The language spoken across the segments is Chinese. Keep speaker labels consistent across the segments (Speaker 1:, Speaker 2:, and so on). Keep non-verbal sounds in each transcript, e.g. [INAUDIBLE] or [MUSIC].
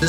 Speaker 1: 时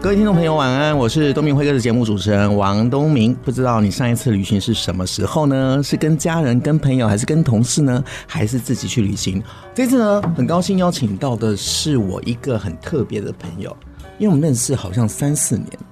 Speaker 2: 各位听众朋友，晚安，我是东明会客室节目主持人王东明。不知道你上一次旅行是什么时候呢？是跟家人、跟朋友，还是跟同事呢？还是自己去旅行？这次呢，很高兴邀请到的是我一个很特别的朋友，因为我们认识好像三四年了，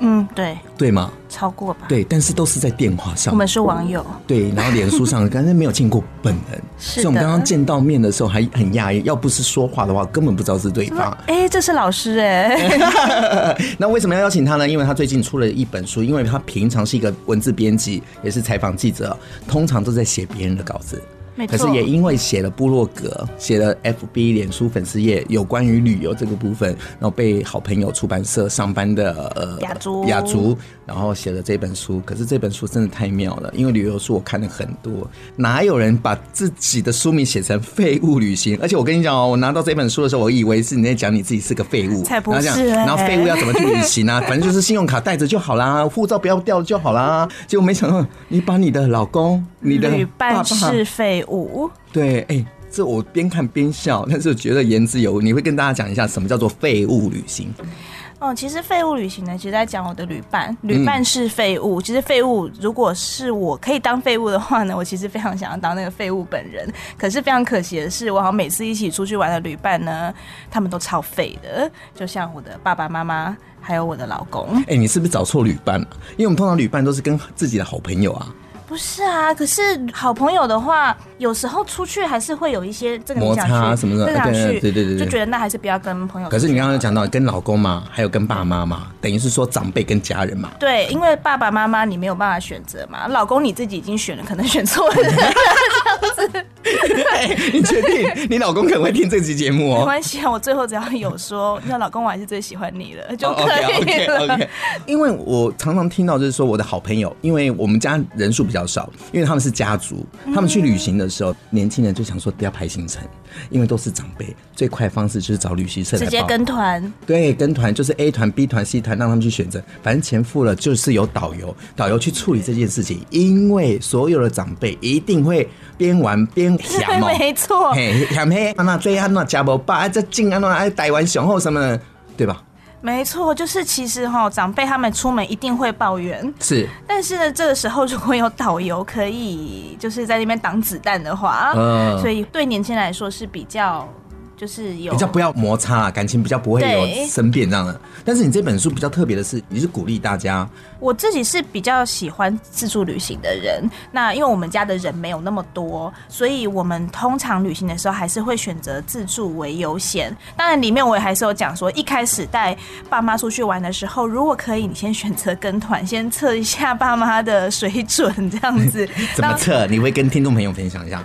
Speaker 3: 嗯，对，
Speaker 2: 对吗？
Speaker 3: 超过吧。
Speaker 2: 对，但是都是在电话上。
Speaker 3: 我们是网友，
Speaker 2: 对，然后脸书上刚才没有见过本人，所
Speaker 3: [LAUGHS] 是的
Speaker 2: 以我们刚刚见到面的时候还很讶异，要不是说话的话，根本不知道是对方。
Speaker 3: 哎、这是老师哎、
Speaker 2: 那为什么要邀请他呢？因为他最近出了一本书，因为他平常是一个文字编辑，也是采访记者，通常都在写别人的稿子。
Speaker 3: 没
Speaker 2: 可
Speaker 3: 错
Speaker 2: 是也因为写了部落格，写了 FB 脸书粉丝页有关于旅游这个部分，然后被好朋友出版社上班的呃
Speaker 3: 雅竹
Speaker 2: 雅竹，然后写了这本书。可是这本书真的太妙了，因为旅游书我看了很多，哪有人把自己的书名写成废物旅行？而且我跟你讲哦，我拿到这本书的时候，我以为是你在讲你自己是个废物，
Speaker 3: 才不
Speaker 2: 然后这
Speaker 3: 是
Speaker 2: 样
Speaker 3: 欸
Speaker 2: 然后废物要怎么去旅行啊？ [LAUGHS] 反正就是信用卡带着就好啦，护照不要掉就好啦。结果没想到你把你的老公、你的
Speaker 3: [LAUGHS] 旅
Speaker 2: 爸爸
Speaker 3: 伴是废物，
Speaker 2: 对，哎、这我边看边笑，但是我觉得言之有物。你会跟大家讲一下什么叫做废物旅行？
Speaker 3: 哦，其实废物旅行呢，其实在讲我的旅伴，
Speaker 2: 嗯
Speaker 3: 旅伴是废物。其实废物，如果是我可以当废物的话呢，我 [LAUGHS] 其实非常想要当那个废物本人。可是非常可惜的是，我好像每次一起出去玩的旅伴呢，他们都超废的，就像我的爸爸妈妈，还有我的老公。
Speaker 2: 哎、你是不是找错旅伴了、因为我们通常旅伴都是跟自己的好朋友啊，
Speaker 3: 不是啊，可是好朋友的话，有时候出去还是会有一些这个你想去
Speaker 2: 摩擦什么的
Speaker 3: 这个想
Speaker 2: 对
Speaker 3: 去，
Speaker 2: 对对对对
Speaker 3: 就觉得那还是不要跟朋友出去。
Speaker 2: 可是你刚刚有讲到跟老公嘛，还有跟爸妈嘛，等于是说长辈跟家人嘛。 [LAUGHS]
Speaker 3: 对，因为爸爸妈妈你没有办法选择嘛，老公你自己已经选了，可能选错人，
Speaker 2: 哎、你确定你老公可能会听这期节目
Speaker 3: 没
Speaker 2: 哦？
Speaker 3: 关系啊。我最后只要有
Speaker 2: [LAUGHS]
Speaker 3: 说，那老公我还是最喜欢你了，就可
Speaker 2: o
Speaker 3: 以
Speaker 2: k
Speaker 3: 了。
Speaker 2: o
Speaker 3: [LAUGHS]
Speaker 2: k 因为我常常听到就是说我的好朋友，因为我们家人数比较少，因为他们是家族，
Speaker 3: 嗯
Speaker 2: 他们去旅行的时候，年轻人就想说不要排行程，因为都是长辈，最快的方式就是找旅行社来
Speaker 3: 直接
Speaker 2: 报
Speaker 3: 跟团，
Speaker 2: 对，跟团就是 A 团、B 团、C 团，让他们去选择。反正钱付了，就是有导游，导游去处理这件事情。因为所有的长辈一定会边玩边想哦，
Speaker 3: [LAUGHS] 没错。
Speaker 2: 嘿，想嘿，安娜追安娜加伯爸，啊这进安娜哎，台湾雄厚什么的，对吧？
Speaker 3: 没错，就是其实哈、长辈他们出门一定会抱怨，
Speaker 2: 是，
Speaker 3: 但是呢，这个时候如果有导游可以就是在那边挡子弹的话，
Speaker 2: 嗯
Speaker 3: 所以对年轻人来说是比较就是有
Speaker 2: 比较不要摩擦啊，感情比较不会有
Speaker 3: 对
Speaker 2: 生变这样的。但是你这本书比较特别的是，你是鼓励大家
Speaker 3: 我自己是比较喜欢自助旅行的人，那因为我们家的人没有那么多，所以我们通常旅行的时候还是会选择自助为优先。当然，里面我也还是有讲说，一开始带爸妈出去玩的时候，如果可以，你先选择跟团，先测一下爸妈的水准，这样子
Speaker 2: [LAUGHS] 怎么
Speaker 3: 那
Speaker 2: 测，你会跟听众朋友分享一下。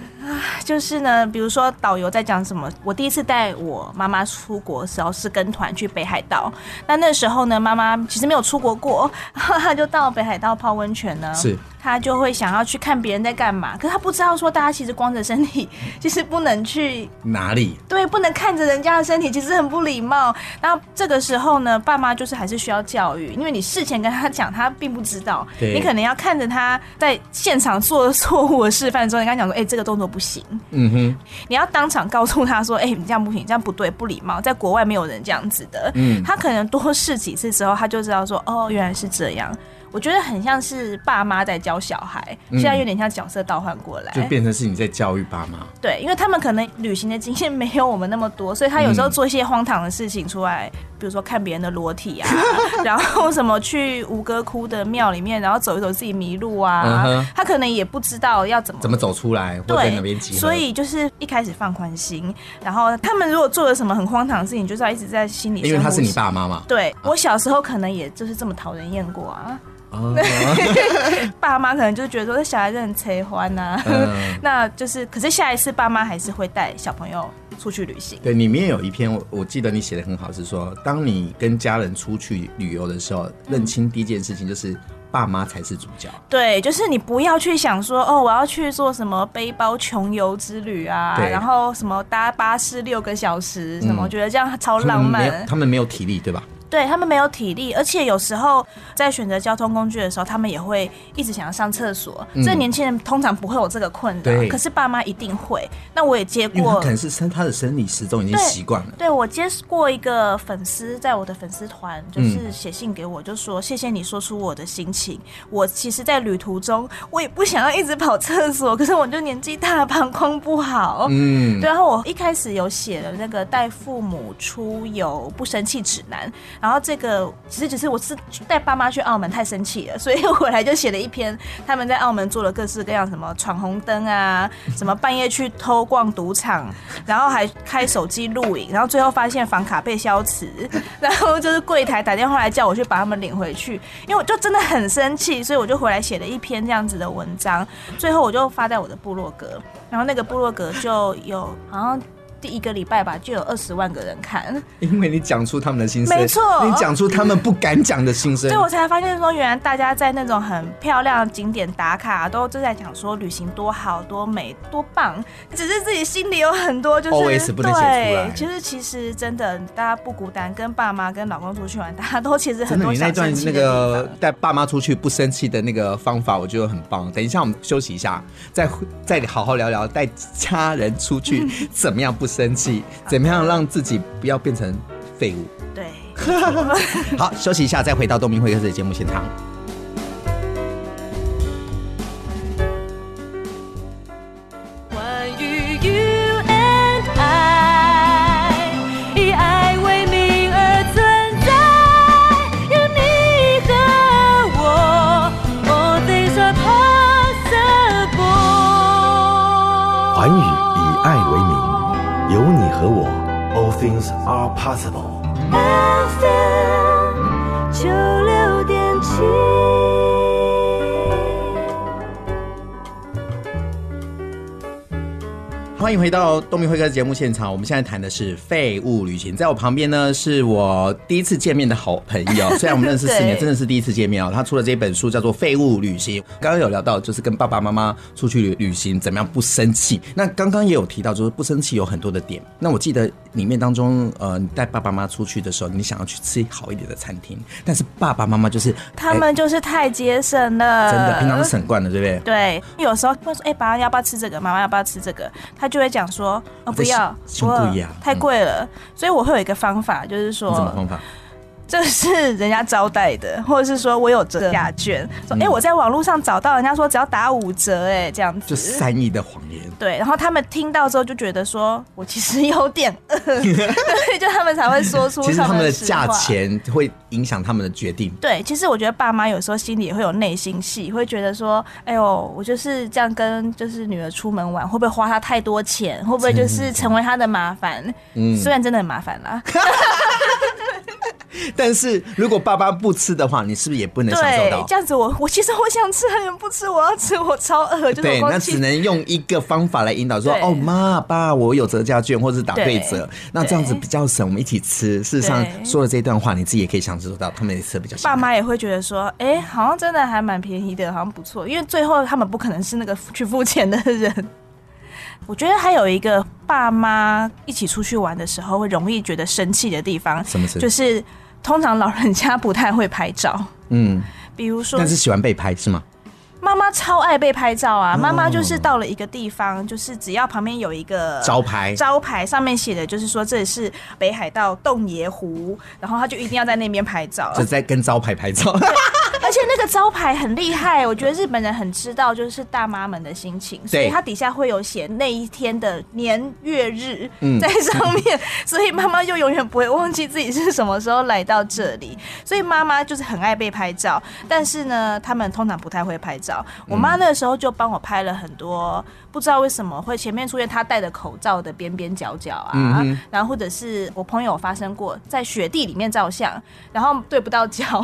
Speaker 3: 就是呢，比如说导游在讲什么，我第一次带我妈妈出国的时候是跟团去北海道，那那时候呢，妈妈其实没有出国过， [LAUGHS] 然后她就到北海道泡温泉呢，
Speaker 2: 是
Speaker 3: 她就会想要去看别人在干嘛，可是她不知道说大家其实光着身体，其实不能去
Speaker 2: 哪里？
Speaker 3: 对，不能看着人家的身体，其实很不礼貌。那这个时候呢，爸妈就是还是需要教育，因为你事前跟他讲，他并不知道，
Speaker 2: 对
Speaker 3: 你可能要看着他在现场做错误的示范之后，你跟他讲说，哎、这个动作不行，
Speaker 2: 嗯哼，
Speaker 3: 你要当场告诉他说，哎、你这样不行，你这样不对，不礼貌，在国外没有人这样子的。
Speaker 2: 嗯
Speaker 3: 他可能多试几次之后，他就知道说，哦，原来是这样。我觉得很像是爸妈在教小孩，现在有点像角色倒换过来，
Speaker 2: 嗯就变成是你在教育爸妈。
Speaker 3: 对，因为他们可能旅行的经验没有我们那么多，所以他有时
Speaker 2: 嗯
Speaker 3: 候做一些荒唐的事情出来，比如说看别人的裸
Speaker 2: [LAUGHS]
Speaker 3: 体啊，然后什么去吴哥窟的庙里面，然后走一走自己迷路
Speaker 2: 嗯
Speaker 3: 啊，
Speaker 2: 哼
Speaker 3: 他可能也不知道要怎么
Speaker 2: 怎么走出来，或在哪边
Speaker 3: 对，
Speaker 2: 集合。
Speaker 3: 所以就是一开始放宽心，然后他们如果做了什么很荒唐的事情，就是要一直在心里。
Speaker 2: 因为他是你。爸妈嘛，
Speaker 3: 对我小时候可能也就是这么讨人厌过啊，
Speaker 2: 哦，
Speaker 3: 爸妈可能就觉得说这小孩子很贼欢呐、
Speaker 2: 嗯
Speaker 3: [LAUGHS] 那就是，可是下一次爸妈还是会带小朋友出去旅行。
Speaker 2: 对，里面有一篇我我记得你写的很好，是说当你跟家人出去旅游的时候，认清第一件事情就是。爸妈才是主角。
Speaker 3: 对，就是你不要去想说哦，我要去做什么背包穷游之旅啊，
Speaker 2: 对
Speaker 3: 然后什么搭巴士六个小时，什么、
Speaker 2: 嗯
Speaker 3: 我觉得这样超
Speaker 2: 他
Speaker 3: 浪
Speaker 2: 们没
Speaker 3: 漫。
Speaker 2: 有，他们没有体力，对吧？
Speaker 3: 对他们没有体力，而且有时候在选择交通工具的时候，他们也会一直想要上厕所。这年轻人通常不会有这个困扰
Speaker 2: 嗯对，
Speaker 3: 可是爸妈一定会。那我也接
Speaker 2: 因为他
Speaker 3: 过
Speaker 2: 可，能是生他的生理时钟已经
Speaker 3: 对
Speaker 2: 习惯了。
Speaker 3: 对我接过一个粉丝在我的粉丝团，
Speaker 2: 嗯
Speaker 3: 就是写信给我，就说谢谢你说出我的心情。我其实，在旅途中，我也不想要一直跑厕所，可是我就年纪大，膀胱不好。
Speaker 2: 嗯，
Speaker 3: 对，然后我一开始有写了那个带父母出游不生气指南，然后这个其实只是我是带爸妈去澳门太生气了，所以我回来就写了一篇他们在澳门做了各式各样什么闯红灯啊，什么半夜去偷逛赌场，然后还开手机录影，然后最后发现房卡被消磁， [LAUGHS] 然后就是柜台打电话来叫我去把他们领回去，因为我就真的很生气，所以我就回来写了一篇这样子的文章，最后我就发在我的部落格，然后那个部落格就有好像第一个礼拜吧，就有二十万个人看，
Speaker 2: [LAUGHS] 因为你讲出他们的心声，
Speaker 3: 没错
Speaker 2: 你讲出他们不敢讲的心声
Speaker 3: 所以。我才发现说，原来大家在那种很漂亮的景点打卡，都正在讲说旅行多好、多美、多棒，只是自己心里有很多就是
Speaker 2: OS 不能写出来
Speaker 3: 对，其实其实真的大家不孤单，跟爸妈、跟老公出去玩，大家都其实很
Speaker 2: 真的，
Speaker 3: 多
Speaker 2: 你那
Speaker 3: 想
Speaker 2: 段
Speaker 3: 生气
Speaker 2: 那
Speaker 3: 的地
Speaker 2: 个
Speaker 3: 方。
Speaker 2: 带爸妈出去不生气的那个方法，我觉得很棒。等一下我们休息一下，再再好好聊聊带家人出
Speaker 3: [LAUGHS]
Speaker 2: 去怎么样不生气，怎么样让自己不要变成废物。
Speaker 3: 对，
Speaker 2: 好，休息一下，再回到东明会客室的节目现场。
Speaker 4: 关于 You and I，以爱为名而存在，有你和我，All things are possible。
Speaker 5: 环宇以爱为名，有你和我，All things are possible。
Speaker 4: FM 九六点七。
Speaker 2: 欢迎回到东明会客室节目现场，我们现在谈的是废物旅行。在我旁边呢，是我第一次见面的好朋友，虽然我们认识四年，
Speaker 3: 对
Speaker 2: 真的是第一次见面哦。他出了这本书叫做《废物旅行》，刚刚有聊到就是跟爸爸妈妈出去旅行怎么样不生气。那刚刚也有提到，就是不生气有很多的点。那我记得里面当中，呃，你带爸爸妈妈出去的时候，你想要去吃好一点的餐厅，但是爸爸妈妈就是
Speaker 3: 他
Speaker 2: 哎
Speaker 3: 们就是太节省了，
Speaker 2: 真的平
Speaker 3: [LAUGHS]
Speaker 2: 常是省惯了，对不对？
Speaker 3: 对，有时候会说，哎、爸爸要不要吃这个？妈妈要不要吃这个？他就会讲说，哦，不要，
Speaker 2: 胸胸
Speaker 3: 不饿
Speaker 2: 部一样
Speaker 3: 太
Speaker 2: 嗯
Speaker 3: 贵了。所以我会有一个方法，就是
Speaker 2: 你怎么
Speaker 3: 说，
Speaker 2: 方法？
Speaker 3: 这是人家招待的，或者是说我有折价券，
Speaker 2: 嗯
Speaker 3: 说，哎、我在网络上找到人家说只要打五折、哎，这样
Speaker 2: 就
Speaker 3: 子。
Speaker 2: 善意的谎言。
Speaker 3: 对，然后他们听到之后就觉得说，我其实有点饿， [LAUGHS] 对，就他们才会说出
Speaker 2: [LAUGHS] 其实他们的
Speaker 3: 实
Speaker 2: 价
Speaker 3: 话
Speaker 2: 钱会影响他们的决定。
Speaker 3: 对，其实我觉得爸妈有时候心里也会有内心戏，会觉得说，哎呦，我就是这样跟就是女儿出门玩，会不会花她太多钱？会不
Speaker 2: 嗯
Speaker 3: 会就是成为她的麻烦？嗯，虽然真的很麻烦啦，
Speaker 2: 但是如果爸爸不吃的话，你是不是也不能享受
Speaker 3: 对，
Speaker 2: 到
Speaker 3: 这？样子我我其实我想吃，你们不吃，我要吃，我超饿，就是我
Speaker 2: 对，那
Speaker 3: 光
Speaker 2: 只
Speaker 3: 气。
Speaker 2: 能用一个方法来引导说，
Speaker 3: 对
Speaker 2: 哦，妈爸，我有折价券，或者是打对折
Speaker 3: 对，
Speaker 2: 那这样子比较省，我们一起吃。事实上，
Speaker 3: 对
Speaker 2: 说了这段话，你自己也可以享受到，他们也吃得比较香。
Speaker 3: 爸妈也会觉得说，哎、好像真的还蛮便宜的，好像不错。因为最后他们不可能是那个去付钱的人。我觉得还有一个爸妈一起出去玩的时候会容易觉得生气的地
Speaker 2: [LAUGHS]
Speaker 3: 方，
Speaker 2: 什么事
Speaker 3: 就是通常老人家不太会拍照，
Speaker 2: 嗯，
Speaker 3: 比如说
Speaker 2: 但是喜欢被拍是吗？
Speaker 3: 妈妈超爱被拍照
Speaker 2: 哦
Speaker 3: 啊，妈妈就是到了一个地方，就是只要旁边有一个
Speaker 2: 招牌
Speaker 3: 招牌上面写的就是说这里是北海道洞爷湖，然后她就一定要在那边拍照。
Speaker 2: 就在跟招牌拍照。
Speaker 3: 而且那个招牌很厉害，我觉得日本人很知道就是大妈们的心情，所以它底下会有写那一天的年月日在上面， [LAUGHS] 所以妈妈就永远不会忘记自己是什么时候来到这里。所以妈妈就是很爱被拍照，但是呢，他们通常不太会拍照。我妈那时候就帮我拍了很多，不知道为什么会前面出现她戴的口罩的边边角角啊，然后或者是我朋友发生过在雪地里面照相，然后对不到焦。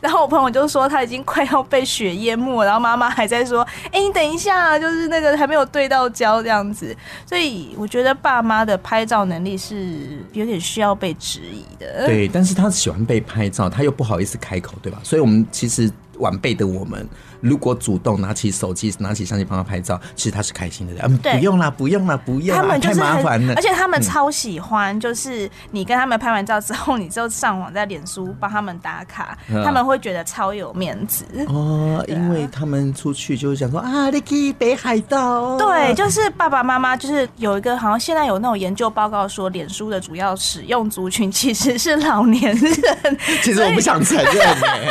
Speaker 3: 然后我朋友就说他已经快要被雪淹没，然后妈妈还在说：“哎、你等一下啊，就是那个还没有对到焦这样子。”所以我觉得爸妈的拍照能力是有点需要被质疑的。
Speaker 2: 对，但是他喜欢被拍照，他又不好意思开口，对吧？所以我们其实晚辈的我们，如果主动拿起手机、拿起相机帮他拍照，其实他是开心的。嗯，
Speaker 3: 对
Speaker 2: 不用啦，不用啦，不用啦，
Speaker 3: 他们就是
Speaker 2: 啊太麻
Speaker 3: 很
Speaker 2: 烦了。嗯
Speaker 3: 而且他们超喜欢，就是你跟他们拍完照之后，你就上网在脸书帮他们打卡，
Speaker 2: 嗯
Speaker 3: 他们会觉得超有面子。
Speaker 2: 哦，
Speaker 3: 啊
Speaker 2: 因为他们出去就会想说啊，你去北海道。[LAUGHS]
Speaker 3: [LAUGHS] 对，就是爸爸妈妈，就是有一个好像现在有那种研究报告说，脸书的主要使用族群其实是老年人，
Speaker 2: 其实我不想承认、
Speaker 3: [LAUGHS]
Speaker 2: 欸。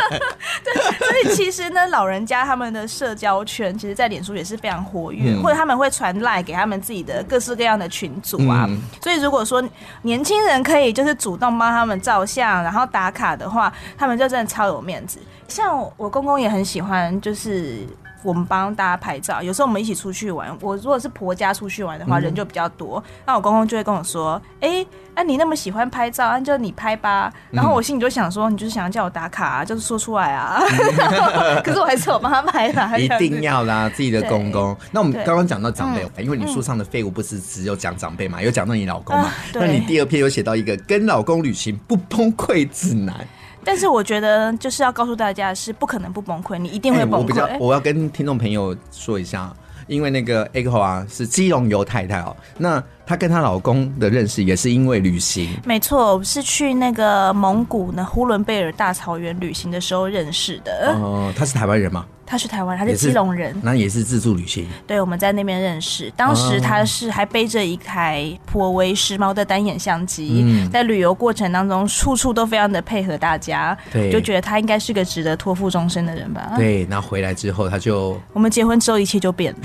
Speaker 3: 所以其实呢，老人家他们的社交圈，其实在脸书也是非常活跃，
Speaker 2: 嗯
Speaker 3: 或者他们会传赖给他们自己的各式各样的群组啊。
Speaker 2: 嗯
Speaker 3: 所以如果说年轻人可以就是主动帮他们照相，然后打卡的话，他们就真的超有面子。像我我公公也很喜欢，就是。我们帮大家拍照，有时候我们一起出去玩。我如果是婆家出去玩
Speaker 2: 嗯
Speaker 3: 的话，人就比较多，那我公公就会跟我说：“哎、那、你那么喜欢拍照，那啊就你拍吧。”
Speaker 2: 嗯
Speaker 3: 然后我心里就想说：“你就是想要叫我打卡、啊，就是说出
Speaker 2: [LAUGHS]
Speaker 3: 来啊。”可是我还是有帮他拍啦，
Speaker 2: 一定
Speaker 3: 要。
Speaker 2: 要啦，自己的公公。那我们
Speaker 3: 对嗯
Speaker 2: 刚刚讲到长辈，因为你书上的废物不是只有讲长辈嘛，有讲到你老公嘛
Speaker 3: 啊。对
Speaker 2: 那你第二篇有写到一个跟老公旅行不崩溃指南，
Speaker 3: 但是我觉得就是要告诉大家，是不可能不崩溃，你一定
Speaker 2: 哎
Speaker 3: 会
Speaker 2: 我
Speaker 3: 崩
Speaker 2: 比
Speaker 3: 溃。
Speaker 2: 较，我要跟听众朋友说一下，因为那个 Echo 啊是基隆游太太哦，那她跟她老公的认识也是因为旅行。
Speaker 3: 没错，我是去那个蒙古呢呼伦贝尔大草原旅行的时候认识的。
Speaker 2: 哦、她是台湾人嘛，
Speaker 3: 他是台湾，他
Speaker 2: 也
Speaker 3: 啊是
Speaker 2: 是
Speaker 3: 基隆人。
Speaker 2: 那也是自助旅行。
Speaker 3: 对，我们在那边认识。当时
Speaker 2: 嗯
Speaker 3: 他是还背着一台颇为时髦的单眼相机，
Speaker 2: 嗯
Speaker 3: 在旅游过程当中，处处都非常的配合大家，
Speaker 2: 对
Speaker 3: 就觉得他应该是个值得托付终身的人吧。
Speaker 2: 对，那回来之后，她就 [LAUGHS]
Speaker 3: 我们结婚之后一切就变了。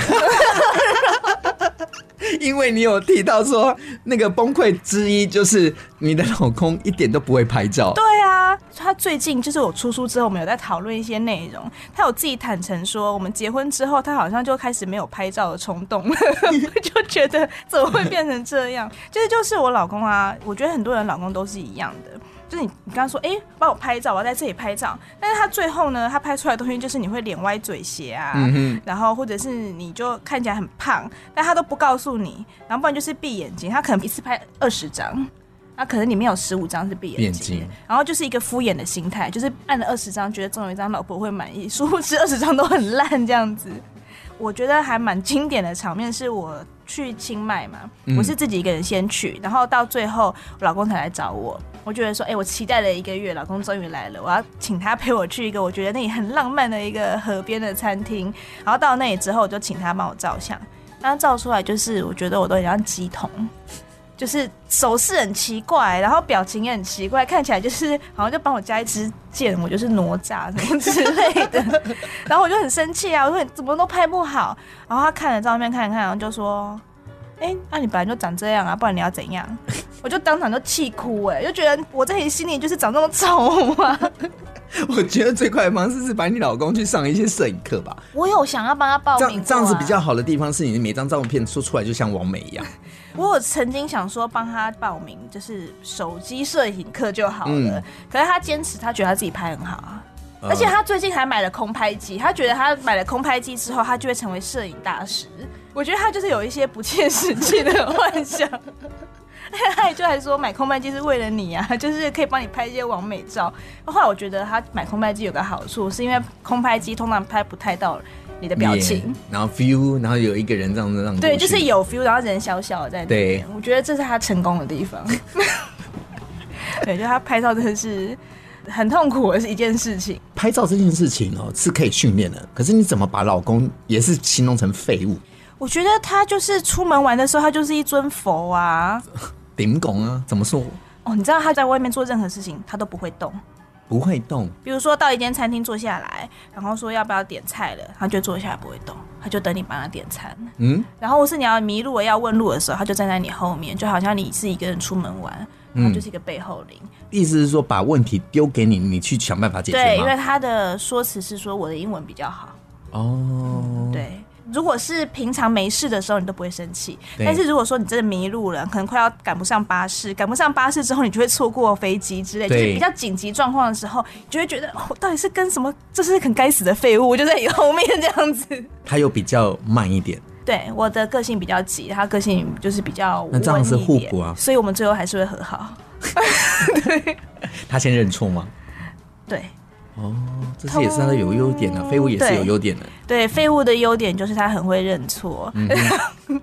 Speaker 2: 因为你有提到说，那个崩溃之一就是你的老公一点都不会拍照。
Speaker 3: 对啊，他最近就是我出书之后，我们有在讨论一些内容。他有自己坦诚说，我们结婚之后，他好像就开始没有拍照的冲动了，我就觉得怎么会变成这样？其实就是我老公啊，我觉得很多人老公都是一样的。就是你，你刚刚说，哎、帮我拍照，我要在这里拍照。但是他最后呢，他拍出来的东西就是你会脸歪嘴斜啊，
Speaker 2: 嗯
Speaker 3: 然后或者是你就看起来很胖，但他都不告诉你，然后不然就是闭眼睛，他可能一次拍二十张，那可能里面有十五张是闭眼睛
Speaker 2: 闭
Speaker 3: 的
Speaker 2: 眼睛
Speaker 3: 然后就是一个敷衍的心态，就是按了二十张，觉得总有一张老婆会满意，殊不知二十张都很烂这样子。我觉得还蛮经典的场面是我去清迈嘛，
Speaker 2: 嗯
Speaker 3: 我是自己一个人先去，然后到最后我老公才来找我。我觉得说，哎、我期待了一个月，老公终于来了，我要请他陪我去一个我觉得那里很浪漫的一个河边的餐厅。然后到那里之后，我就请他帮我照相，然后照出来就是我觉得我都很像鸡童。就是手势很奇怪，然后表情也很奇怪，看起来就是好像就帮我加一支箭，我就是哪吒什么之类 [LAUGHS] 的。然后我就很生气啊，我说你怎么都拍不好。然后他看了照片看一看，然后就说：“哎、那、你本来就长这样啊，不然你要怎样？” [LAUGHS] 我就当场就气哭、哎，就觉得我在你心里就是长这么丑啊。
Speaker 2: [LAUGHS] 我觉得最快的方式是把你老公去上一些摄影课吧，
Speaker 3: 我有想要帮他报
Speaker 2: 这
Speaker 3: 名、啊
Speaker 2: 样这样子比较。好的地方是你每张照片说出来就像完美一样。
Speaker 3: 我有曾经想说帮他报名，就是手机摄影课就好了，
Speaker 2: 嗯
Speaker 3: 可是他坚持，他觉得他自己拍很好啊。
Speaker 2: 呃
Speaker 3: [LAUGHS] 而且他最近还买了空拍机，他觉得他买了空拍机之后，他就会成为摄影大师。我觉得他就是有一些不切实际的幻想。 [LAUGHS] 他也就还说买空拍机是为了你啊， [LAUGHS] 就是可以帮你拍一些完美照。后来我觉得他买空拍机有个好处，是因为空拍机通常拍不太到你的表情
Speaker 2: 脸，，然后 view，然后有一个人这样子让你
Speaker 3: 对，
Speaker 2: 过
Speaker 3: 就
Speaker 2: 去
Speaker 3: 是有 feel，然后人小小的在那边
Speaker 2: 对。
Speaker 3: 我觉得这是他成功的
Speaker 2: [LAUGHS]
Speaker 3: 地方。对，就他拍照真的是很痛苦的是一件事情。
Speaker 2: 拍照这件事情哦是可以训练的，可是你怎么把老公也是形容成废物？
Speaker 3: 我觉得他就是出门玩的时候，他就是一尊佛啊。
Speaker 2: 顶拱啊，怎么说
Speaker 3: 哦，你知道他在外面做任何事情，他都不会动。
Speaker 2: 不会动？
Speaker 3: 比如说到一间餐厅坐下来，然后说要不要点菜了，他就坐下来不会动，他就等你帮他点餐。
Speaker 2: 嗯，
Speaker 3: 然后或是你要迷路了要问路的时候，他就站在你后面，就好像你是一个人出门玩，然
Speaker 2: 嗯
Speaker 3: 后就是一个背后灵。
Speaker 2: 意思是说把问题丢给你，你去想办法解
Speaker 3: 对，
Speaker 2: 决
Speaker 3: 因为
Speaker 2: 吗？
Speaker 3: 他的说辞是说我的英文比较好。
Speaker 2: 哦，
Speaker 3: 对，如果是平常没事的时候，你都不会生气。
Speaker 2: 对
Speaker 3: 但是如果说你真的迷路了，可能快要赶不上巴士，赶不上巴士之后，你就会错过飞机之类，就是
Speaker 2: 对
Speaker 3: 比较紧急状况的时候，你就会觉得、哦、我到底是跟什么？这是很该死的废物，我就在你后面这样子。 [LAUGHS]
Speaker 2: 他又比较慢一点。
Speaker 3: 对，我的个性比较急，他个性就是比较
Speaker 2: 那这样
Speaker 3: 温
Speaker 2: 是
Speaker 3: 一
Speaker 2: 互
Speaker 3: 点
Speaker 2: 补啊
Speaker 3: 所以我们最后还是会和好。
Speaker 2: 他先认错吗？
Speaker 3: 对，
Speaker 2: 这是也是它的有优点的、飞舞也是有
Speaker 3: 对
Speaker 2: 优点的。
Speaker 3: 对，废物的优点就是他很会认错。
Speaker 2: 嗯
Speaker 3: [LAUGHS]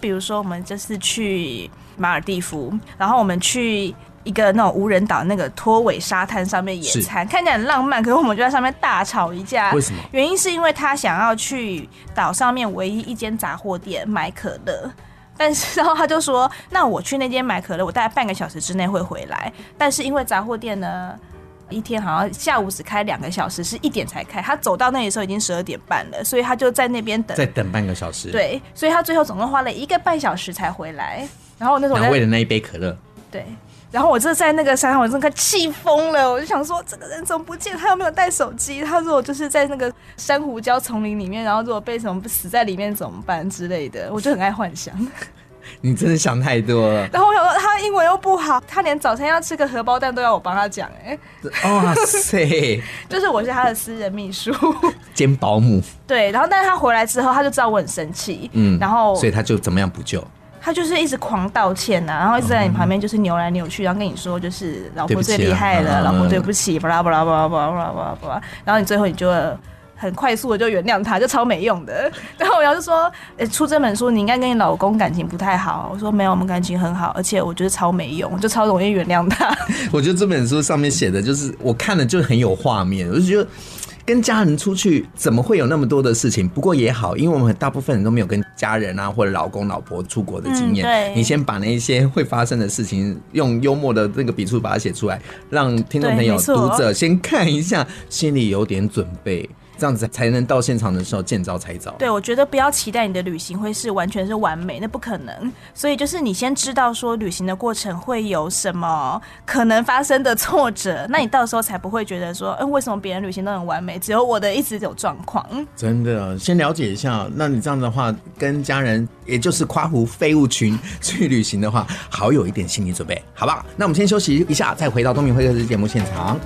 Speaker 3: 比如说，我们这次去马尔地夫，然后我们去一个那种无人岛那个拖尾沙滩上面野
Speaker 2: 是
Speaker 3: 餐，看起来很浪漫，可是我们就在上面大吵一架。
Speaker 2: 为什么？
Speaker 3: 原因是因为他想要去岛上面唯一一间杂货店买可乐。但是，然后他就说：“那我去那间买可乐，我大概半个小时之内会回来。但是因为杂货店呢，一天好像下午只开两个小时，是一点才开。他走到那里的时候已经十二点半了，所以他就在那边等。
Speaker 2: 再等半个小时，，
Speaker 3: 对，所以他最后总共花了一个半小时才回来。然后我那时候我
Speaker 2: 然后为
Speaker 3: 在
Speaker 2: 了那一杯可乐，
Speaker 3: 对，然后我这在那个山上，我真的快气疯了。我就想说，这个人怎么不见？他又没有带手机。他如果就是在那个珊瑚礁丛林里面，然后如果被什么死在里面怎么办之类的，我就很爱幻想。 [LAUGHS]
Speaker 2: 你真的想太多了。
Speaker 3: 然后我想说，他英文又不好，他连早餐要吃个荷包蛋都要我帮他讲、哎，
Speaker 2: 哇塞，
Speaker 3: 就是我是他的私人秘书。
Speaker 2: 兼保姆，
Speaker 3: 对，然后但是他回来之后，他就知道我很生气，
Speaker 2: 嗯，
Speaker 3: 然后
Speaker 2: 所以他就怎么样补救？
Speaker 3: 他就是一直狂道歉啊呐、然后一直在你旁边就是扭来扭去，然后跟你说就是老
Speaker 2: 对不
Speaker 3: 婆
Speaker 2: 起啊
Speaker 3: 最厉害了，
Speaker 2: 嗯
Speaker 3: 老婆对不起，巴拉巴拉巴拉巴拉巴拉巴拉，然后你最后你就很快速的就原谅他，就超没用的。 [LAUGHS] 然后我要是说，呃，出这本书你应该跟你老公感情不太好，我说没有，我们感情很好，而且我觉得超没用，我就超容易原谅他。
Speaker 2: [LAUGHS] 我觉得这本书上面写的就是我看了就很有画面，我就觉得。跟家人出去怎么会有那么多的事情？不过也好，因为我们大部分人都没有跟家人啊或者老公老婆出国的经验。
Speaker 3: 嗯对
Speaker 2: 你先把那一些会发生的事情用幽默的那个笔触把它写出来，让听众朋
Speaker 3: 对
Speaker 2: 友、
Speaker 3: 没错
Speaker 2: 读者先看一下，心里有点准备，这样子才能到现场的时候见招拆招。
Speaker 3: 对，我觉得不要期待你的旅行会是完全是完美，那不可能。所以就是你先知道说旅行的过程会有什么可能发生的挫折，那你到时候才不会觉得说，嗯，为什么别人旅行都很完美，只有我的一直有状况？
Speaker 2: 真的，啊先了解一下。那你这样的话，跟家人，也就是夸胡废物群 [LAUGHS] 去旅行的话，好有一点心理准备，好不好？那我们先休息一下，再回到东明会客室节目现场。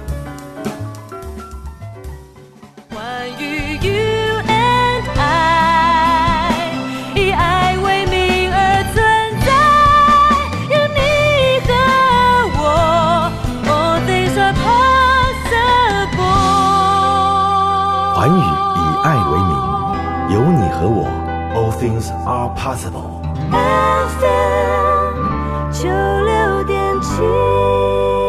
Speaker 4: 关于 you and I，以爱为名而存在，有你和我，All things are possible。
Speaker 5: 环宇以爱为名，有你和我，All things are possible。
Speaker 4: FM 九六点七。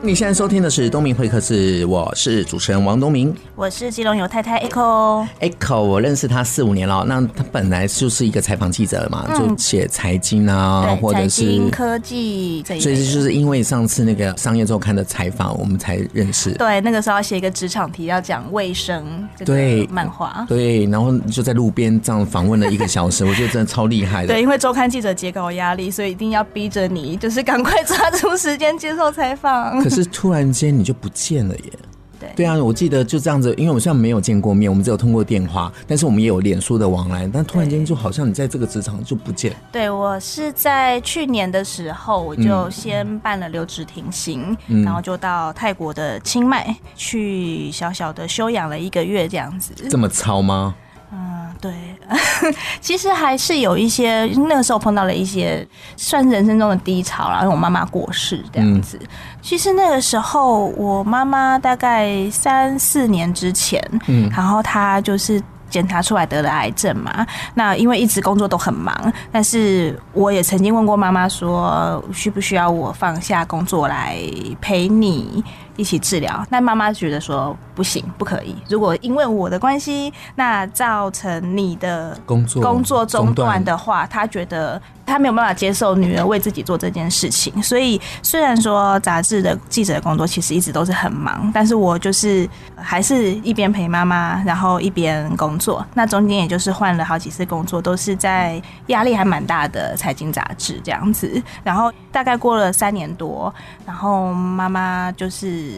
Speaker 2: 你现在收听的是东明会客室，我是主持人王东明。
Speaker 3: 我是基隆有太
Speaker 2: 啊
Speaker 3: 太 Echo，
Speaker 2: Echo，我认识他四五年了，那他本来就是一个采访记者嘛，就写财经啊，
Speaker 3: 嗯对，
Speaker 2: 或者
Speaker 3: 财经
Speaker 2: 是。
Speaker 3: 科技这一
Speaker 2: 所
Speaker 3: 类
Speaker 2: 以
Speaker 3: 的。
Speaker 2: 就是因为上次那个商业周刊的采访，我们才认识。
Speaker 3: 对，那个时候要写一个职场题，要讲卫生这
Speaker 2: 对
Speaker 3: 个漫画。
Speaker 2: 对，然后就在路边这样访问了一个小时，我觉得真的超厉害的。
Speaker 3: 对，因为周刊记者截稿压力，所以一定要逼着你，就是赶快抓住时间接受采 [LAUGHS] 访。
Speaker 2: 可是突然间你就不见了耶。
Speaker 3: 对
Speaker 2: 对啊，我记得就这样子，因为我们虽然没有见过面，我们只有通过电话，但是我们也有脸书的往来，但突然间就好像你在这个职场就不见。
Speaker 3: 对我是在去年的时候，我就先办了留职停薪，然后就到泰国的清迈去小小的休养了一个月这样子。
Speaker 2: 这么糙吗？
Speaker 3: 嗯，对，其实还是有一些那个时候碰到了一些算是人生中的低潮啦，因为我妈妈过世这样子。其实那个时候我妈妈大概三四年之前，嗯，然后她就是。检查出来得了癌症嘛？那因为一直工作都很忙，但是我也曾经问过妈妈说，需不需要我放下工作来陪你一起治疗？但妈妈觉得说不行，不可以。如果因为我的关系，那造成你的
Speaker 2: 工作
Speaker 3: 工作中
Speaker 2: 中
Speaker 3: 断
Speaker 2: 断
Speaker 3: 的话，他觉得他没有办法接受女儿为自己做这件事情。所以虽然说杂志的记者的工作其实一直都是很忙，但是我就是呃还是一边陪妈妈，然后一边工作。那中间也就是换了好几次工作，都是在压力还蛮大的财经杂志这样子。然后大概过了三年多，然后妈妈就是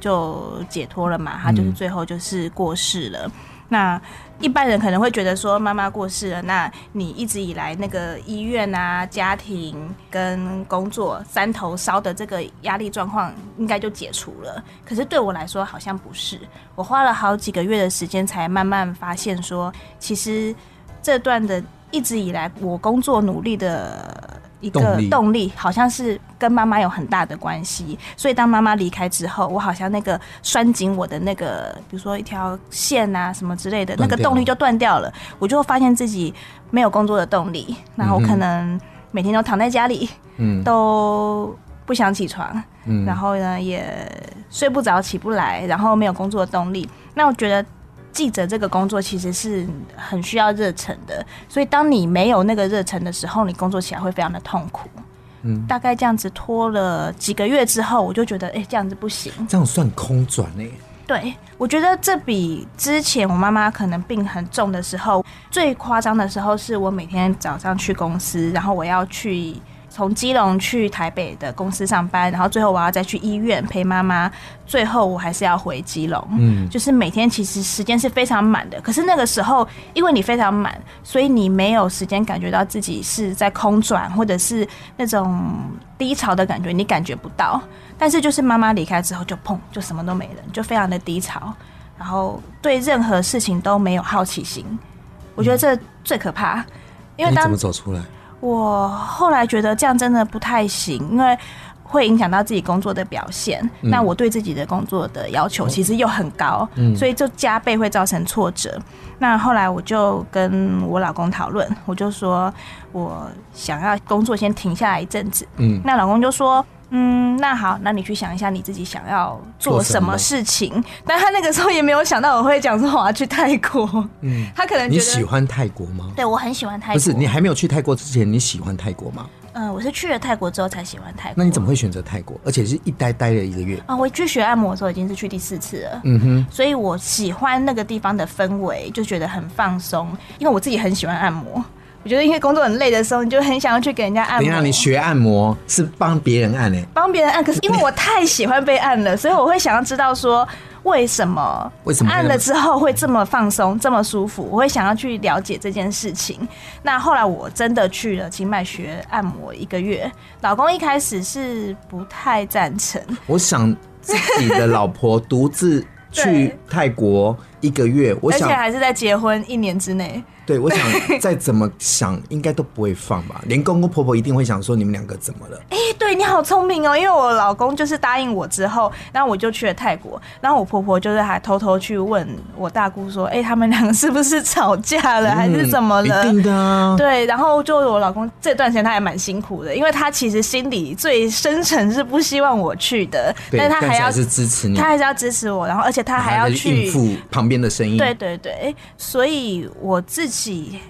Speaker 3: 就解脱了嘛，她就是最后就是过世了。那一般人可能会觉得说，妈妈过世了，那你一直以来那个医院啊、家庭跟工作三头烧的这个压力状况，应该就解除了。可是对我来说，好像不是。我花了好几个月的时间，才慢慢发现说，其实这段的一直以来我工作努力的。一
Speaker 2: 动
Speaker 3: 个
Speaker 2: 力
Speaker 3: 动力，好像是跟妈妈有很大的关系。所以当妈妈离开之后，我好像那个拴紧我的那个，比如说一条线啊什么之类的，那
Speaker 2: 断掉
Speaker 3: 个动力就断掉了。我就发现自己没有工作的动力，然后我可能每天都躺在家里，
Speaker 2: 嗯
Speaker 3: 都不想起床，
Speaker 2: 嗯
Speaker 3: 然后呢也睡不着、起不来，然后没有工作的动力。那我觉得记者这个工作其实是很需要热忱的，所以当你没有那个热忱的时候，你工作起来会非常的痛苦。
Speaker 2: 嗯
Speaker 3: 大概这样子拖了几个月之后，我就觉得，哎、这样子不行。
Speaker 2: 这样算空转哎、
Speaker 3: 对，我觉得这比之前我妈妈可能病很重的时候最夸张的时候，是我每天早上去公司，然后我要去从基隆去台北的公司上班，然后最后我要再去医院陪妈妈，最后我还是要回基隆。
Speaker 2: 嗯
Speaker 3: 就是每天其实时间是非常满的，可是那个时候因为你非常满，所以你没有时间感觉到自己是在空转或者是那种低潮的感觉，你感觉不到。但是就是妈妈离开之后就砰，就什么都没了，就非常的低潮，然后对任何事情都没有好奇心。我觉得这最可怕，因
Speaker 2: 那
Speaker 3: 为
Speaker 2: 你
Speaker 3: 当
Speaker 2: 怎么走出来？
Speaker 3: 我后来觉得这样真的不太行，因为会影响到自己工作的表现。
Speaker 2: 嗯
Speaker 3: 那我对自己的工作的要求其实又很高，
Speaker 2: 嗯
Speaker 3: 所以就加倍会造成挫折。那后来我就跟我老公讨论，我就说我想要工作先停下来一阵子。
Speaker 2: 嗯
Speaker 3: 那老公就说。嗯，那好，那你去想一下你自己想要做
Speaker 2: 做什
Speaker 3: 什
Speaker 2: 么
Speaker 3: 么事情。
Speaker 2: 嗯
Speaker 3: 但他那个时候也没有想到我会讲说我要去泰国，
Speaker 2: 嗯，
Speaker 3: 他可能觉
Speaker 2: 你
Speaker 3: 得
Speaker 2: 喜欢泰国吗？
Speaker 3: 对我很喜欢泰国。
Speaker 2: 不是，你还没有去泰国之前，你喜欢泰国吗？
Speaker 3: 嗯，我是去了泰国之后才喜欢泰国。
Speaker 2: 那你怎么会选择泰国？而且是一待待了一个月。
Speaker 3: 啊？我去学按摩的时候已经是去第四次了，
Speaker 2: 嗯哼，
Speaker 3: 所以我喜欢那个地方的氛围，就觉得很放松。因为我自己很喜欢按摩，我觉得因为工作很累的时候，你就很想要去给人家按
Speaker 2: 等一
Speaker 3: 摩。
Speaker 2: 下，你学按摩是帮别人按哎、
Speaker 3: 帮别人按，可是因为我太喜欢被按了，所以我会想要知道说为什么
Speaker 2: 为什么会那
Speaker 3: 按
Speaker 2: 么
Speaker 3: 了之后会这么放松、这么舒服，我会想要去了解这件事情。那后来我真的去了清迈学按摩一个月，老公一开始是不太赞成，
Speaker 2: 我想自己的老婆独自去
Speaker 3: 对
Speaker 2: 泰国一个月，我
Speaker 3: 而且
Speaker 2: 想，
Speaker 3: 还是在结婚一年之内。
Speaker 2: 对我想再怎么想，应该都不会放
Speaker 3: [LAUGHS]
Speaker 2: 吧？连公公婆婆一定会想说你们两个怎么了？
Speaker 3: 哎、对你好聪明哦，因为我老公就是答应我之后，然后我就去了泰国，然后我婆婆就是还偷偷去问我大姑说，哎、他们两个是不是吵架了，哎还是
Speaker 2: 嗯
Speaker 3: 怎么了？
Speaker 2: 一定的啊，
Speaker 3: 对，然后就我老公这段时间他还蛮辛苦的，因为他其实心里最深层是不希望我去的，
Speaker 2: 对，
Speaker 3: 但是他还
Speaker 2: 是
Speaker 3: 要
Speaker 2: 还是支持你，
Speaker 3: 他还是要支持我，然后而且他还要
Speaker 2: 然后再
Speaker 3: 去
Speaker 2: 应付旁边的声音。
Speaker 3: 对，对对，所以我自己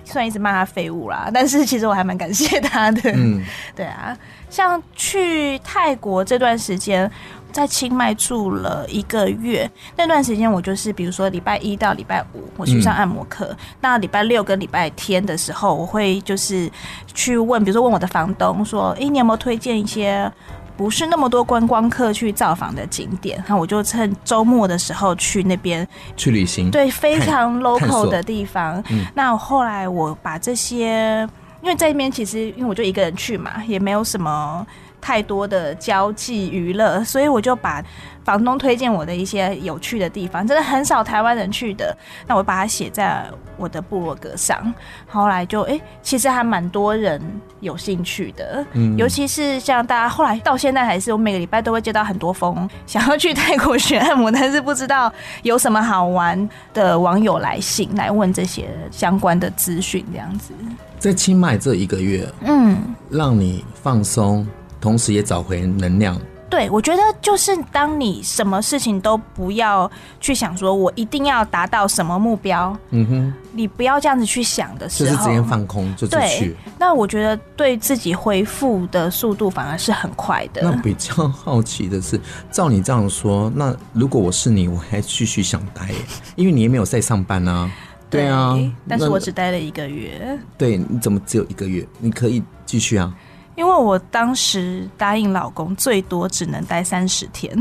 Speaker 3: 虽然一直骂他废物啦，但是其实我还蛮感谢他的。
Speaker 2: 嗯，
Speaker 3: 对啊，像去泰国这段时间，在清迈住了一个月，那段时间我就是比如说礼拜一到礼拜五我去上按摩课，那礼拜六跟礼拜天的时候，我会就是去问，比如说问我的房东说，诶，你有没有推荐一些？不是那么多观光客去造访的景点，然后我就趁周末的时候去那边
Speaker 2: 去旅行。， [LAUGHS]
Speaker 3: 对，非常
Speaker 2: 探
Speaker 3: local
Speaker 2: 索嗯
Speaker 3: 的地方。那我后来我把这些，因为在那边其实因为我就一个人去嘛，也没有什么太多的交际娱乐，所以我就把房东推荐我的一些有趣的地方，真的很少台湾人去的。那我把它写在我的部落格上，后来就哎、诶其实还蛮多人有兴趣的，
Speaker 2: 嗯
Speaker 3: 尤其是像大家后来到现在还是，我每个礼拜都会接到很多封想要去泰国学按摩，但是不知道有什么好玩的网友来信来问这些相关的资讯，这样子。
Speaker 2: 在清迈这一个月，
Speaker 3: 嗯，
Speaker 2: 让你放松，同时也找回能量。
Speaker 3: 对，我觉得就是当你什么事情都不要去想，说我一定要达到什么目标，
Speaker 2: 嗯哼，
Speaker 3: 你不要这样子去想的时
Speaker 2: 就
Speaker 3: 候，
Speaker 2: 是直接放空，就是去
Speaker 3: 对。，那我觉得对自己恢复的速度反而是很快的。
Speaker 2: 那比较好奇的是，照你这样说，那如果我是你，我还继续想待耶，因为你也没有在上班啊。对啊，
Speaker 3: 但是
Speaker 2: 那
Speaker 3: 我只待了一个月，
Speaker 2: 对，你怎么只有一个月？你可以继续啊。 [LAUGHS]
Speaker 3: 因为我当时答应老公最多只能待三十天，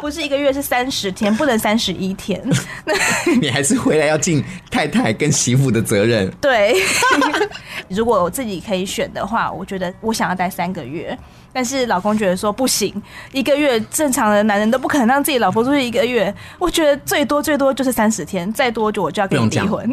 Speaker 3: 不是一个月是三十天，不能三十一天。
Speaker 2: 你还是回来要尽太太跟媳妇的责
Speaker 3: [LAUGHS]
Speaker 2: 任。
Speaker 3: 对，如果我自己可以选的话，我觉得我想要待三个月。但是老公觉得说不行，一个月正常的男人都不可能让自己老婆出去一个月。我觉得最多最多就是三十天，再多就我就要跟
Speaker 2: 不
Speaker 3: 你
Speaker 2: 用讲
Speaker 3: 离婚。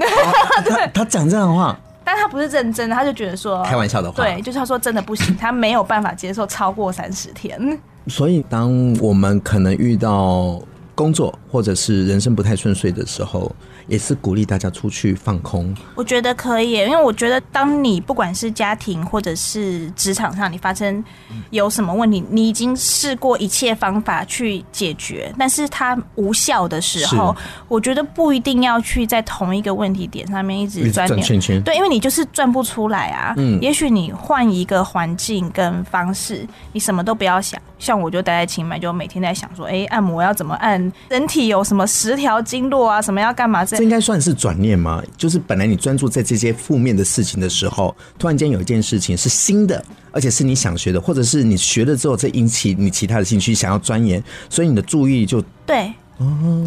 Speaker 2: 他他讲这样的话，
Speaker 3: 但他不是认真的，他就觉得说
Speaker 2: 开玩笑的话
Speaker 3: 对，就是他说真的不行，他没有办法接受超过三十天。
Speaker 2: 所以，当我们可能遇到工作或者是人生不太顺遂的时候，也是鼓励大家出去放空。
Speaker 3: 我觉得可以耶，因为我觉得当你不管是家庭或者是职场上，你发生有什么问
Speaker 2: 嗯
Speaker 3: 题，你已经试过一切方法去解决，但是它无效的时候，我觉得不一定要去在同一个问题点上面一
Speaker 2: 一
Speaker 3: 直
Speaker 2: 直
Speaker 3: 钻
Speaker 2: 转
Speaker 3: 牛
Speaker 2: 圈圈
Speaker 3: 对，因为你就是转不出来啊。
Speaker 2: 嗯
Speaker 3: 也许你换一个环境跟方式，你什么都不要想。像我就待在清迈，就每天在想说，哎、按摩要怎么按，人体有什么十条经络啊，什么要干嘛这
Speaker 2: 这应该算是转念吗？就是本来你专注在这些负面的事情的时候，突然间有一件事情是新的，而且是你想学的，或者是你学了之后，这引起你其他的兴趣，想要钻研，所以你的注意力就
Speaker 3: 对。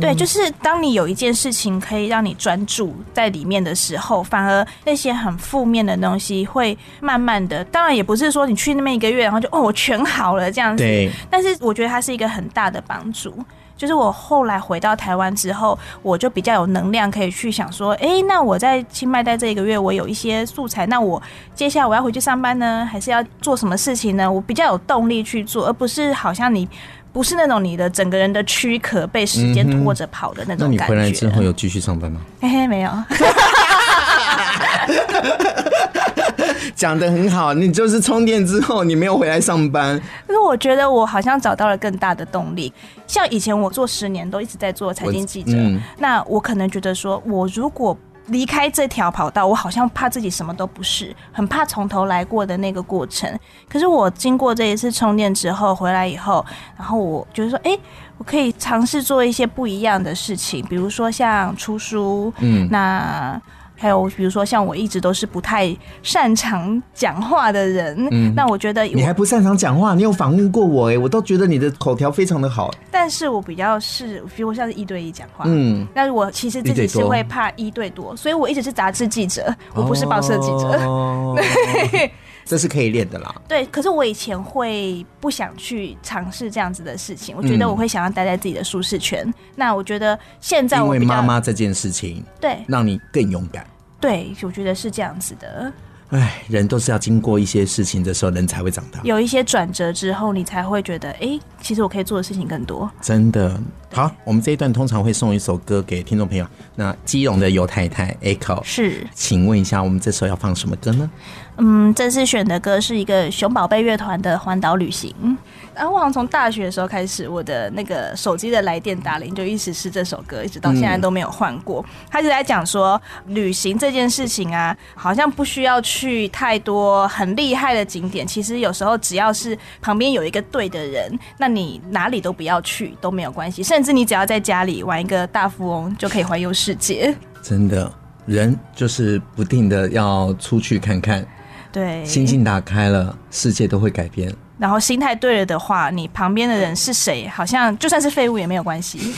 Speaker 3: 对，就是当你有一件事情可以让你专注在里面的时候，反而那些很负面的东西会慢慢的。当然，也不是说你去那边一个月，然后就哦我全好了这样子。
Speaker 2: 对
Speaker 3: 但是我觉得它是一个很大的帮助。就是我后来回到台湾之后，我就比较有能量可以去想说，诶，那我在清迈待这一个月，我有一些素材，那我接下来我要回去上班呢，还是要做什么事情呢？我比较有动力去做，而不是好像你不是那种你的整个人的躯壳被时间拖着跑的那
Speaker 2: 那
Speaker 3: 种
Speaker 2: 你
Speaker 3: 感
Speaker 2: 回
Speaker 3: 觉。
Speaker 2: 来之后有继续上班吗？
Speaker 3: 嘿嘿，没有，
Speaker 2: 讲的很好，你就是充电之后你没有回来上班，
Speaker 3: 可是我觉得我好像找到了更大的动力。像以前我做十年都一直在做财经记者，
Speaker 2: 嗯
Speaker 3: 那我可能觉得说，我如果离开这条跑道，我好像怕自己什么都不是，很怕从头来过的那个过程。可是我经过这一次充电之后，回来以后，然后我就是说，诶，我可以尝试做一些不一样的事情，比如说像出书，嗯，那。还有，比如说像我一直都是不太擅长讲话的人，那我觉得我
Speaker 2: 你还不擅长讲话，你有访问过我哎、我都觉得你的口条非常的好，
Speaker 3: 但是我比较是，比如像是一对一讲话，
Speaker 2: 嗯，
Speaker 3: 但是我其实自己是会怕一对多，所以我一直是杂志记者，我不是报社记者。 [LAUGHS]
Speaker 2: [LAUGHS] 哦、这是可以练的啦。
Speaker 3: 对，可是我以前会不想去尝试这样子的事情，我觉得
Speaker 2: 嗯
Speaker 3: 我会想要待在自己的舒适圈。那我觉得现在
Speaker 2: 因
Speaker 3: 我
Speaker 2: 为
Speaker 3: 比较
Speaker 2: 妈妈这件事情，
Speaker 3: 对
Speaker 2: 让你更勇敢。
Speaker 3: 对，我觉得是这样子的。
Speaker 2: 哎，人都是要经过一些事情的时候，人才会长大。
Speaker 3: 有一些转折之后，你才会觉得，诶，其实我可以做的事情更多。
Speaker 2: 真的好，我们这一段通常会送一首歌给听众朋友。那基隆的尤太太 Echo，
Speaker 3: 是，
Speaker 2: 请问一下，我们这首要放什么歌呢？
Speaker 3: 嗯，这次选的歌是一个熊宝贝乐团的《环岛旅行》。然后我好像从大学的时候开始，我的那个手机的来电打铃就一直是这首歌，一直到现在都没有换过。他就在讲说，旅行这件事情啊，好像不需要去太多很厉害的景点，其实有时候只要是旁边有一个对的人，那你哪里都不要去都没有关系，甚至你只要在家里玩一个大富翁就可以环游世界。
Speaker 2: 真的，人就是不定的要出去看看，
Speaker 3: 对，
Speaker 2: 心境打开了，世界都会改变。
Speaker 3: 然后心态对了的话，你旁边的人是谁，好像就算是废物也没有关
Speaker 5: [LAUGHS]
Speaker 3: 系。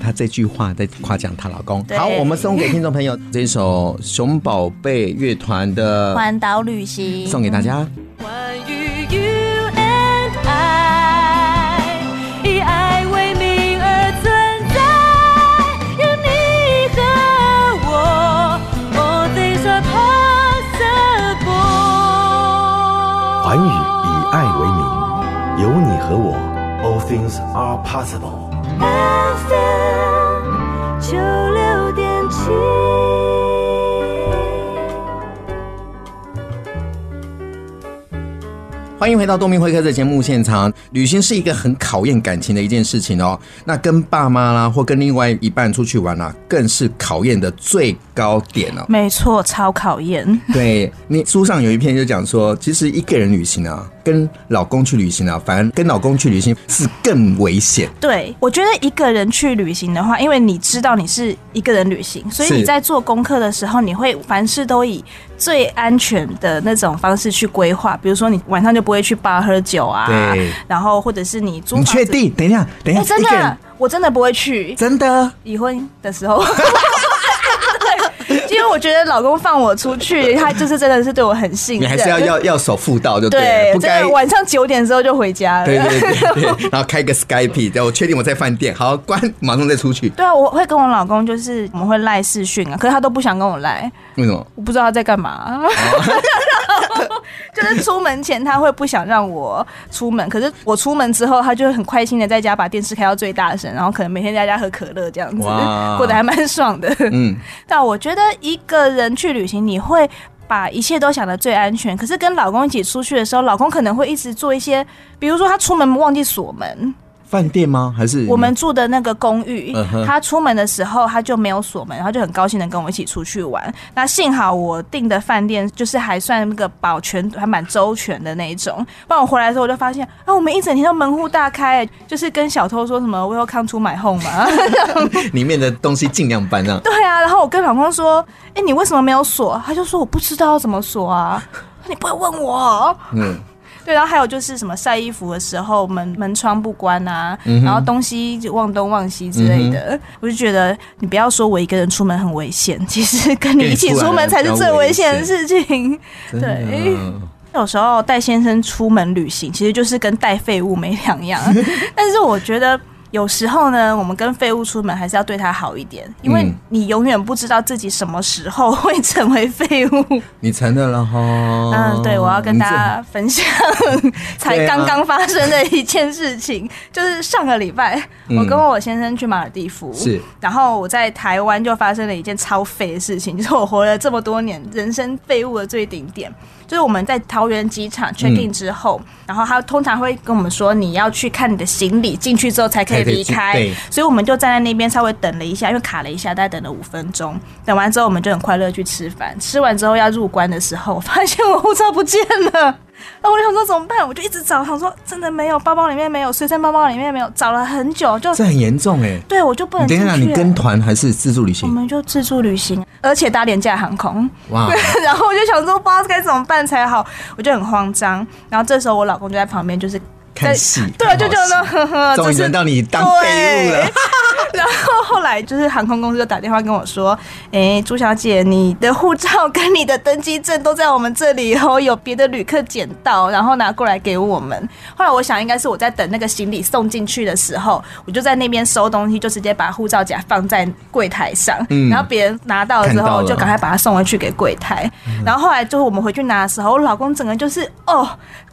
Speaker 2: 她这句话在夸奖她老公。
Speaker 3: 对
Speaker 2: 好，我们送给听众朋友这一首熊宝贝乐团的，
Speaker 3: 环岛旅行
Speaker 2: 送给大家。
Speaker 4: 关于 you and I，以爱为名而存在，有你和我，All things are possible。
Speaker 5: 环宇以爱为名，有你和我，All things are possible。
Speaker 4: FM 九六点七。
Speaker 2: 欢迎回到东明会客的节目现场。旅行是一个很考验感情的一件事情哦。那跟爸妈啦，或跟另外一半出去玩啦、更是考验的最高点
Speaker 3: [LAUGHS]
Speaker 2: 哦。
Speaker 3: 没错，超考验。 [LAUGHS]
Speaker 2: 对你书上有一篇就讲说，其实一个人旅行啊，跟老公去旅行啊，反而跟老公去旅行是更危险。
Speaker 3: 对，我觉得一个人去旅行的话，因为你知道你是一个人旅行，所以
Speaker 2: 是
Speaker 3: 你在做功课的时候，你会凡事都以最安全的那种方式去规划。比如说，你晚上就不会去 bar 喝酒啊
Speaker 2: 对，
Speaker 3: 然后或者是你租
Speaker 2: 你
Speaker 3: 房子
Speaker 2: 确？定？等一下，等一
Speaker 3: 哎、
Speaker 2: 下，
Speaker 3: 真
Speaker 2: 一个人
Speaker 3: 的，我真的不会去。
Speaker 2: 真的。
Speaker 3: [LAUGHS] 离婚的时候。对，其因为我觉得老公放我出去，他就是真的是对我很信
Speaker 2: 你
Speaker 3: 任。
Speaker 2: 还是要要要守妇道就对了，
Speaker 3: 对，
Speaker 2: 不
Speaker 3: 真
Speaker 2: 该
Speaker 3: 的晚上九点之后就回家
Speaker 2: [LAUGHS]
Speaker 3: 了。
Speaker 2: 对对对对，然后开个 Skype，对我确定我在饭店，好关，马上再出去。
Speaker 3: 对啊，我会跟我老公就是我们会赖视讯啊，可是他都不想跟我赖，
Speaker 2: 为什么？
Speaker 3: 我不知道他在干嘛。 [LAUGHS] 就是出门前他会不想让我出门，可是我出门之后，他就会很开心的在家把电视开到最大声，然后可能每天在家喝可乐这样子
Speaker 2: 哇，
Speaker 3: 过得还蛮爽的。 [LAUGHS]
Speaker 2: 嗯，
Speaker 3: 但我觉得一个人去旅行，你会把一切都想得最安全。可是跟老公一起出去的时候，老公可能会一直做一些，比如说他出门忘记锁门，
Speaker 2: 饭店吗？还是
Speaker 3: 我们住的那个公寓
Speaker 2: 嗯哼，
Speaker 3: 他出门的时候他就没有锁门，然后就很高兴的跟我一起出去玩。那幸好我订的饭店就是还算那个保全还蛮周全的那一种，不然我回来的时候我就发现啊，我们一整天都门户大开，就是跟小偷说什么 “Welcome to my home” [LAUGHS] 嘛。
Speaker 2: [LAUGHS] 里面的东西尽量搬让。
Speaker 3: 对啊，然后我跟老公说：“哎、你为什么没有锁？”他就说：“我不知道要怎么锁啊。”你不会问我哦、
Speaker 2: 嗯，
Speaker 3: 对，然后还有就是什么晒衣服的时候门门窗不关啊，然后东西忘东忘西之类的，我就觉得你不要说我一个人出门很危险，其实跟你一起出门才是最危险的事情。
Speaker 2: 真的
Speaker 3: 对
Speaker 2: 嗯
Speaker 3: 有时候带先生出门旅行，其实就是跟带废物没两样。但是我觉得有时候呢，我们跟废物出门还是要对他好一点，因为
Speaker 2: 嗯
Speaker 3: 你永远不知道自己什么时候会成为废物。
Speaker 2: 你承认了哈。哦
Speaker 3: 嗯，对，我要跟
Speaker 2: 你
Speaker 3: 大
Speaker 2: 这
Speaker 3: 家分享才刚刚发生的一件事情，就是上个礼拜我跟我先生去马尔地夫，
Speaker 2: 是，
Speaker 3: 然后我在台湾就发生了一件超废的事情，就是 [LAUGHS] 我活了这么多年，人生废物的最顶点。就是我们在桃园机场 check in 之后，然后他通常会跟我们说你要去看你的行李，进去之后才可以
Speaker 2: 才可以
Speaker 3: 离
Speaker 2: 进
Speaker 3: 开
Speaker 2: 对。
Speaker 3: 所以我们就站在那边稍微等了一下，因为卡了一下，大概等了五分钟。等完之后，我们就很快乐去吃饭。吃完之后要入关的时候，我发现我护照不见了。 [LAUGHS] 那我就想说怎么办？我就一直找，想说真的没有，包包里面没有，随身包包里面没有，找了很久，就
Speaker 2: 这很严重哎、
Speaker 3: 对我就不能
Speaker 2: 你
Speaker 3: 进
Speaker 2: 等一
Speaker 3: 去
Speaker 2: 下，
Speaker 3: 了。
Speaker 2: 你跟团还是自助旅
Speaker 3: 我
Speaker 2: 行？
Speaker 3: 们就自助旅行，而且搭廉价航空。
Speaker 2: 哇，
Speaker 3: [LAUGHS] 然后我就想说，不知道该怎么办才好，我就很慌张。然后这时候我老公就在旁边，就是
Speaker 2: 看戏
Speaker 3: 对，
Speaker 2: 看好
Speaker 3: 就
Speaker 2: 戏
Speaker 3: 就那呵呵，
Speaker 2: 终于
Speaker 3: 这是
Speaker 2: 轮到你当废物了
Speaker 3: 对 [LAUGHS] 然后后来就是航空公司就打电话跟我说，哎，朱小姐，你的护照跟你的登机证都在我们这里哦，有别的旅客捡到，然后拿过来给我们。后来我想应该是我在等那个行李送进去的时候，我就在那边收东西，就直接把护照夹放在柜台上，
Speaker 2: 嗯
Speaker 3: 然后别人拿到了之
Speaker 2: 看到
Speaker 3: 后
Speaker 2: 了嗯
Speaker 3: 就赶快。把他送回去给柜台。然后后来就是我们回去拿的时候，我老公整个就是哦。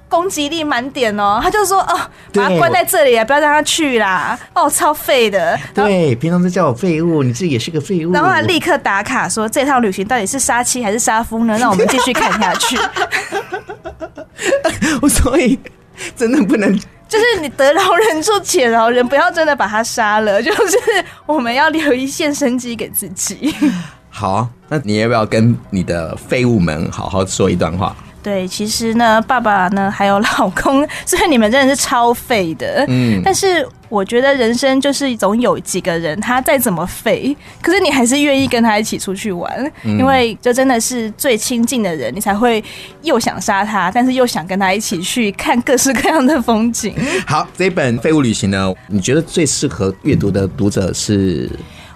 Speaker 3: 攻击力满点哦，他就说哦，把他
Speaker 2: 对
Speaker 3: 关在这里，不要让他去啦，哦，超废的。然后
Speaker 2: [LAUGHS] 对，平常都叫我废物，你自己也是个废物。
Speaker 3: 然后他立刻打卡说，这趟旅行到底是杀妻还是杀夫呢？让我们继续看下去。
Speaker 2: 我所以真的不能
Speaker 3: 就是你得饶人处且饶人，不要真的把他杀了。就是我们要留一线生机给自己。
Speaker 2: 好。啊那你要不要跟你的废物们好好说一段话？
Speaker 3: 对，其实呢，爸爸呢，还有老公，虽然你们真的是超废的，
Speaker 2: 嗯
Speaker 3: 嗯，但是我觉得人生就是总有几个人，他再怎么废，可是你还是愿意跟他一起出去玩，因为这真的是最亲近的人，你才会又想杀他，但是又想跟他一起去看各式各样的风景。
Speaker 2: 好，这本《废物旅行》呢，你觉得最适合阅读的读者是？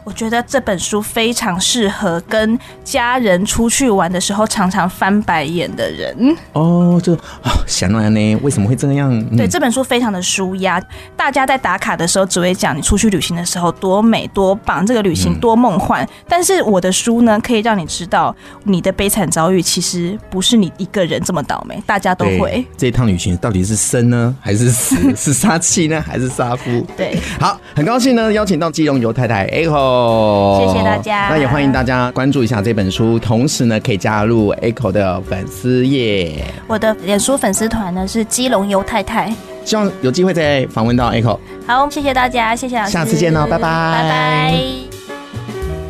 Speaker 3: 我觉得这本书非常适合跟家人出去玩的时候常常翻白眼的人。
Speaker 2: 哦，就啊，想当然呢，为什么会这样？嗯
Speaker 3: 对，这本书非常的舒压，大家在打卡的时候只会讲你出去旅行的时候多美多棒，这个旅
Speaker 2: 嗯
Speaker 3: 行多梦幻。但是我的书呢，可以让你知道你的悲惨遭遇其实不是你一个人这么倒霉，大家都
Speaker 2: 对
Speaker 3: 会。
Speaker 2: 这一趟旅行到底是生呢，还是
Speaker 3: [LAUGHS]
Speaker 2: 死？是杀气呢，还是杀夫？
Speaker 3: 对，
Speaker 2: 好，很高兴呢，邀请到基隆游太太 Echo，
Speaker 3: 谢谢大家
Speaker 2: 那也欢迎大家关注一下这本书，同时呢，可以加入 Echo 的粉丝页。
Speaker 3: 我的脸书粉丝团呢是基隆游太太。
Speaker 2: 希望有机会再访问到 Echo。
Speaker 3: 好，谢谢大家，谢谢老师，
Speaker 2: 下次见哦拜拜
Speaker 3: 拜拜。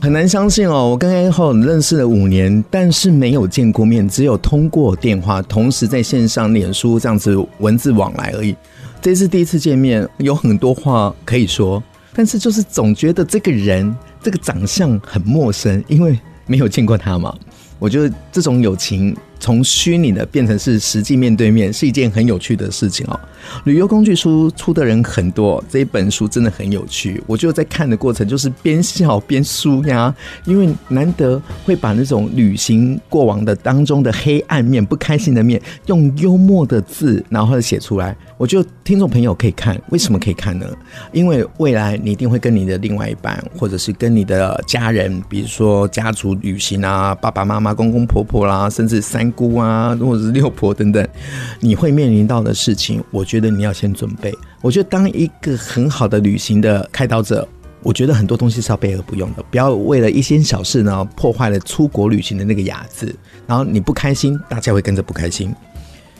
Speaker 2: 很难相信哦，我跟 A 后认识了五年，但是没有见过面，只有通过电话，同时在线上、脸书这样子文字往来而已。这次第一次见面，有很多话可以说，但是就是总觉得这个人、这个长相很陌生，因为没有见过他嘛。我觉得这种友情从虚拟的变成是实际面对面，是一件很有趣的事情哦。旅游工具书出的人很多，这一本书真的很有趣。我就在看的过程，就是边笑边舒压，因为难得会把那种旅行过往的当中的黑暗面、不开心的面，用幽默的字然后写出来。我觉得听众朋友可以看，为什么可以看呢？因为未来你一定会跟你的另外一半，或者是跟你的家人，比如说家族旅行啊，爸爸妈妈、公公婆婆啦，甚至三姑啊，或者是六婆等等，你会面临到的事情，我觉得你要先准备。我觉得当一个很好的旅行的开导者。我觉得很多东西是要备而不用的，不要为了一些小事呢破坏了出国旅行的那个雅致，然后你不开心，大家会跟着不开心。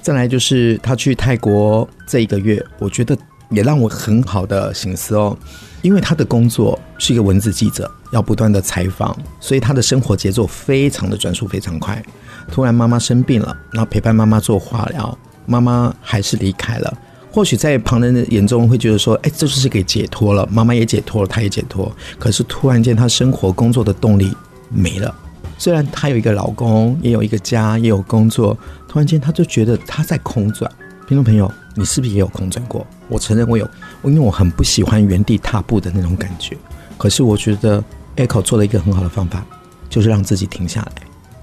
Speaker 2: 再来就是他去泰国这一个月，我觉得也让我很好的醒思哦，因为他的工作是一个文字记者，要不断的采访，所以他的生活节奏非常的转速非常快。突然妈妈生病了，然后陪伴妈妈做化疗，妈妈还是离开了。或许在旁人的眼中会觉得说，哎、这就是给解脱了，妈妈也解脱了，她也解脱。可是突然间，她生活工作的动力没了。虽然她有一个老公，也有一个家，也有工作，突然间她就觉得她在空转。听众朋友，你是不是也有空转过？我承认我有，因为我很不喜欢原地踏步的那种感觉。可是我觉得 Echo 做了一个很好的方法，就是让自己停下来，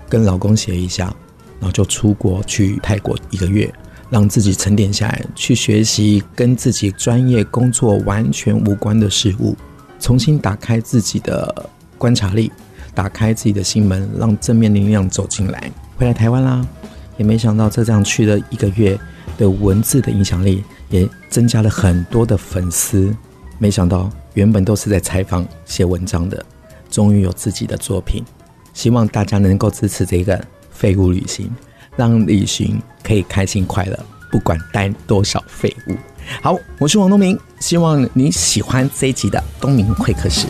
Speaker 2: 跟老公协议一下，然后就出国去泰国一个月，让自己沉淀下来，去学习跟自己专业工作完全无关的事物，重新打开自己的观察力，打开自己的心门，让正面能量走进来。回来台湾啦，也没想到这样去了一个月，对文字的影响力也增加了很多的粉丝。没想到原本都是在采访、写文章的，终于有自己的作品。希望大家能够支持这个废物旅行，让旅行可以开心快乐，不管带多少废物。好，我是王东明，希望你喜欢这一集的东明会客室。